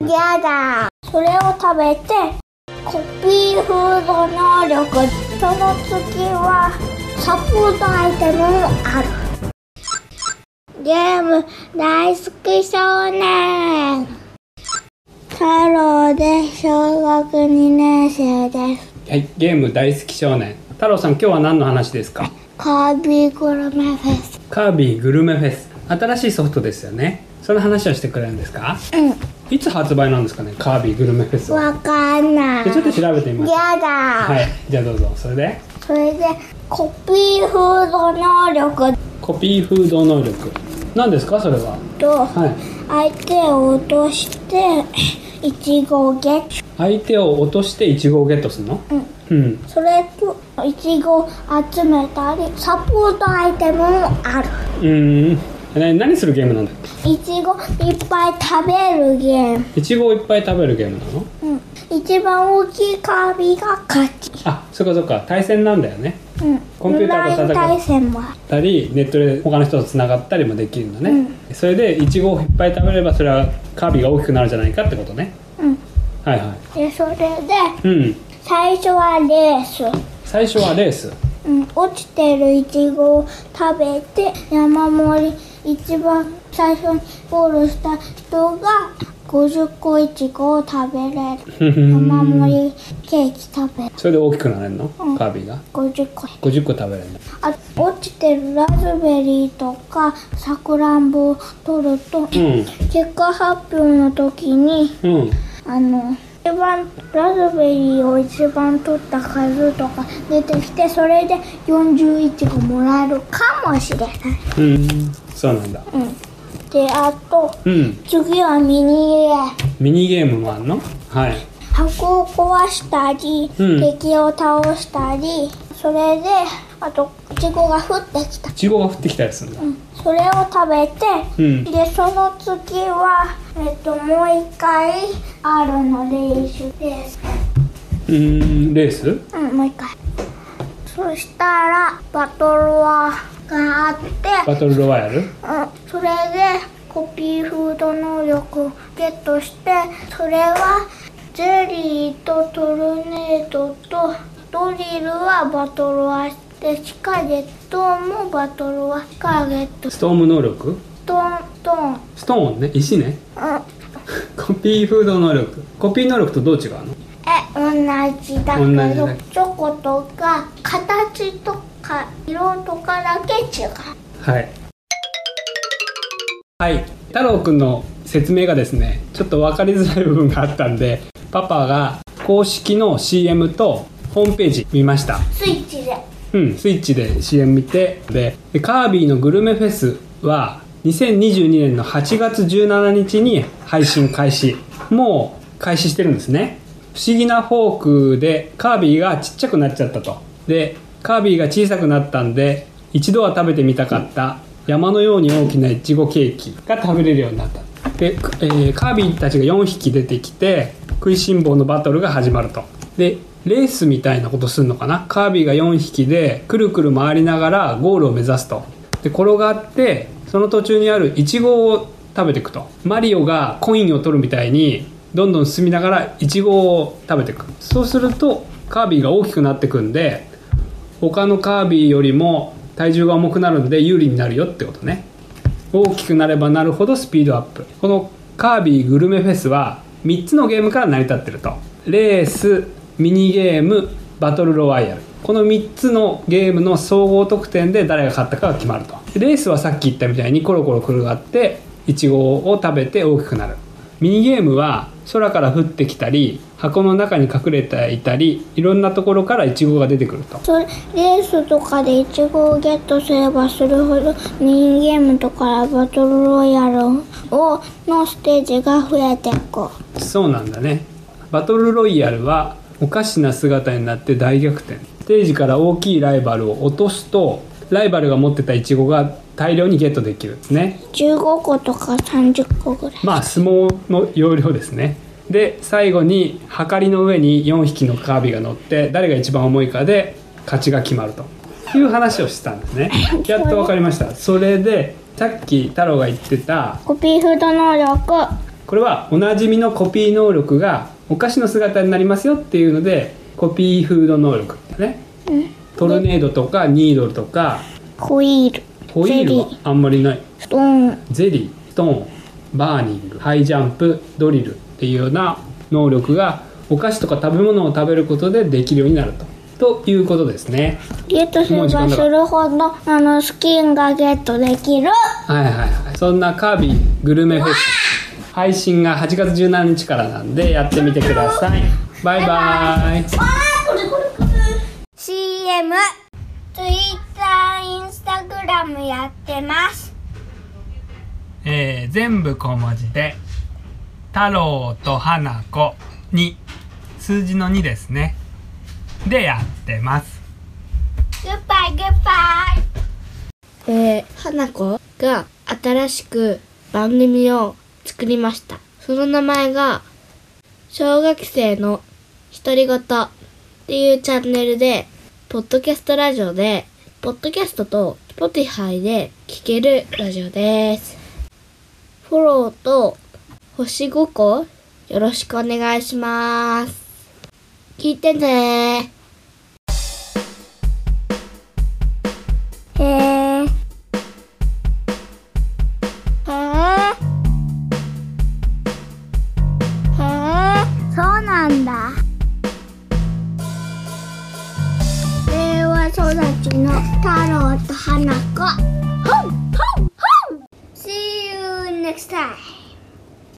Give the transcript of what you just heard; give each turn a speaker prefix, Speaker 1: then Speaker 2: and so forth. Speaker 1: やだそれを食べてコピーフード能力その次はサポートアイテムもあるゲーム大好き少年太郎で小学2年生です
Speaker 2: はい、ゲーム大好き少年太郎さん今日は何の話ですか
Speaker 1: カービィグルメフェス
Speaker 2: カービィグルメフェス新しいソフトですよねその話をしてくれるんですか
Speaker 1: う
Speaker 2: いつ発売なんですかねカービィグルメフェス
Speaker 1: ん
Speaker 2: は
Speaker 1: わかんない
Speaker 2: じゃあちょっと調べてみます
Speaker 1: やだ、
Speaker 2: はいじゃあどうぞそれで
Speaker 1: それでコピーフード能力
Speaker 2: コピーフード能力何ですかそれは
Speaker 1: と
Speaker 2: はい
Speaker 1: 相手を落としていちごをゲット
Speaker 2: 相手を落としてイチゴをゲットするのうん
Speaker 1: それといちごを集めたりサポートアイテムもある
Speaker 2: うーんえ何するゲームなんだよ
Speaker 1: いちごいっぱい食べるゲーム
Speaker 2: いちごをいっぱい食べるゲームなの
Speaker 1: うん一番大きいカービィが勝ち
Speaker 2: あそっかそっか対戦なんだよね
Speaker 1: うん
Speaker 2: コンピューターと戦う
Speaker 1: オンライン対戦もある
Speaker 2: たりネットで他の人とつながったりもできるんだね、それでいちごをいっぱい食べればそれはカービィが大きくなるんじゃないかってことね
Speaker 1: うん
Speaker 2: はいは
Speaker 1: でそれで
Speaker 2: いうん
Speaker 1: 最初はレース
Speaker 2: 最初はレース
Speaker 1: うん、落ちてるいちごを食べて山盛り一番最初にゴールした人が50個いちごを食べれる
Speaker 2: ふんふん
Speaker 1: 山盛りケーキ食べる
Speaker 2: それで大きくなれるの、
Speaker 1: うん
Speaker 2: カービィが
Speaker 1: 50個
Speaker 2: 50個食べれるの
Speaker 1: あ落ちてるラズベリーとかさくらんぼを取ると、
Speaker 2: う
Speaker 1: 結果発表の時に
Speaker 2: んうん
Speaker 1: あの一番ラズベリーを一番取った数とか出てきてそれで41個もらえるかもしれない、
Speaker 2: うんそうなんだ
Speaker 1: うん、であと
Speaker 2: うん
Speaker 1: 次はミニゲーム
Speaker 2: ミニゲームもあんのはい
Speaker 1: 箱を壊したり、
Speaker 2: うん
Speaker 1: 敵を倒したりそれであといちごが降ってきた
Speaker 2: いちごが降ってきたりするんだ
Speaker 1: それを食べて、
Speaker 2: うん
Speaker 1: でその次は、えっと、もう一回 R の練習です
Speaker 2: うんレース
Speaker 1: うんもう一回そしたらバトルはがあって
Speaker 2: バトルロワイヤル
Speaker 1: うん、それでコピーフード能力をゲットしてそれはゼリーとトルネードとドリルはバトルはしてシカゲットもバトルはシカゲット
Speaker 2: ストーム能力
Speaker 1: トントン、うん、
Speaker 2: ストーンね石ね コピーフード能力コピー能力とどう違うの
Speaker 1: え同じだ
Speaker 2: 同じ
Speaker 1: けど
Speaker 2: ね
Speaker 1: チョコとか形とか色とかだけ違う
Speaker 2: はい。はい、太郎くんの説明がですね、ちょっと分かりづらい部分があったんで、パパが公式の CM とホームページ見ました。
Speaker 1: スイッチで
Speaker 2: うん、スイッチで CM 見て、で、でカービィのグルメフェスは、2022年の8月17日に配信開始。もう開始してるんですね。不思議なフォークでカービィがちっちゃくなっちゃったと。で、カービィが小さくなったんで、一度は食べてみたかった山のように大きなイチゴケーキが食べれるようになった。で、くえーカービィたちが4匹出てきて食いしん坊のバトルが始まるとでレースみたいなことするのかなカービィが4匹でくるくる回りながらゴールを目指すとで転がってその途中にあるイチゴを食べていくとマリオがコインを取るみたいにどんどん進みながらイチゴを食べていくそうするとカービィが大きくなってくんで他のカービィよりも体重が重くなるんで有利になるよってことね大きくなればなるほどスピードアップこのカービィグルメフェスは3つのゲームから成り立ってるとレースミニゲームバトルロワイヤルこの3つのゲームの総合得点で誰が勝ったかが決まるとレースはさっき言ったみたいにコロコロ転がってイチゴを食べて大きくなるミニゲームは空から降ってきたり箱の中に隠れていたりいろんなところからイチゴが出てくると
Speaker 1: それレースとかでイチゴをゲットすればするほどミニゲームとかバトルロイヤルをのステージが増えていく
Speaker 2: そうなんだねバトルロイヤルはおかしな姿になって大逆転ステージから大きいライバルを落とすとライバルが持ってたイチゴが大量にゲットできるんですね
Speaker 1: 15個とか30個ぐらい
Speaker 2: まあ相撲の要領ですねで最後にはかりの上に4匹のカービィが乗って誰が一番重いかで勝ちが決まるという話をしてたんですねやっと分かりましたそれでさっき太郎が言ってた
Speaker 1: コピーフード能力
Speaker 2: これはおなじみのコピー能力がお菓子の姿になりますよっていうのでコピーフード能力ねトルネードとかニードルとか
Speaker 1: ホイール
Speaker 2: ホイールは
Speaker 1: ゼリー
Speaker 2: あんまりない
Speaker 1: ストーン
Speaker 2: ゼリーストーンバーニングハイジャンプドリルっていうような能力がお菓子とか食べ物を食べることでできるようになるとということですね
Speaker 1: ゲットすればするほどあのスキンがゲットできる
Speaker 2: はいはいはいそんなカービィグルメフェス配信が8月17日からなんでやってみてくださいバイバイ
Speaker 1: CM Twitter インスタグラムやってます
Speaker 2: えー全部小文字で「太郎と花子」に数字の2ですねでやってます
Speaker 1: グッバイグッバイ
Speaker 3: えー、花子が新しく番組を作りました。その名前が、小学生の独り言っていうチャンネルで、ポッドキャストラジオで、ポッドキャストと Spotify で聴けるラジオです。フォローと星5個よろしくお願いします。聞いてね
Speaker 1: へえへえへえそうなんだ令和育ちの太郎と花子 See you next time